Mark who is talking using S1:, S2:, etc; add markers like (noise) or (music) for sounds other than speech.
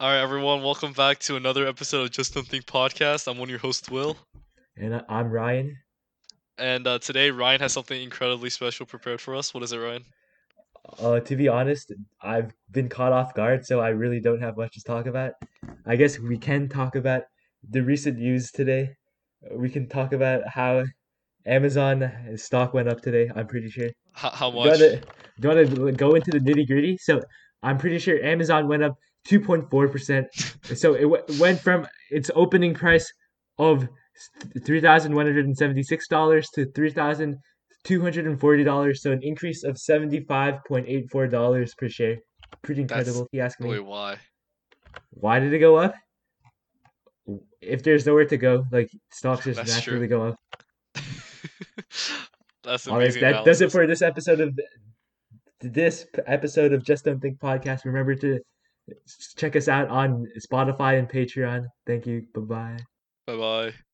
S1: All right, everyone, welcome back to another episode of Just Nothing Podcast. I'm one of your hosts, Will,
S2: And I- I'm Ryan.
S1: and uh, today Ryan has something incredibly special prepared for us. What is it, Ryan?
S2: Uh, to be honest, I've been caught off guard, so I really don't have much to talk about. I guess we can talk about the recent news today. We can talk about how Amazon stock went up today. I'm pretty sure.
S1: H- how
S2: Do you
S1: much?
S2: wanna- do you want to go into the nitty gritty? So I'm pretty sure Amazon went up 2.4%. so it w- went from its opening price of $3,176 to $3,240. So an increase of $75.84 per share. Pretty
S1: That's-
S2: incredible. if you ask me,
S1: Wait, why? (laughs)
S2: why did it go up? If there's nowhere to go, like stocks just
S1: That's true.
S2: naturally go up.
S1: That's
S2: All right,
S1: amazing.
S2: that does it
S1: analysis.
S2: for this episode of this episode of Just Don't Think podcast. Remember to check us out on Spotify and Patreon. Thank you. Bye bye.
S1: Bye bye.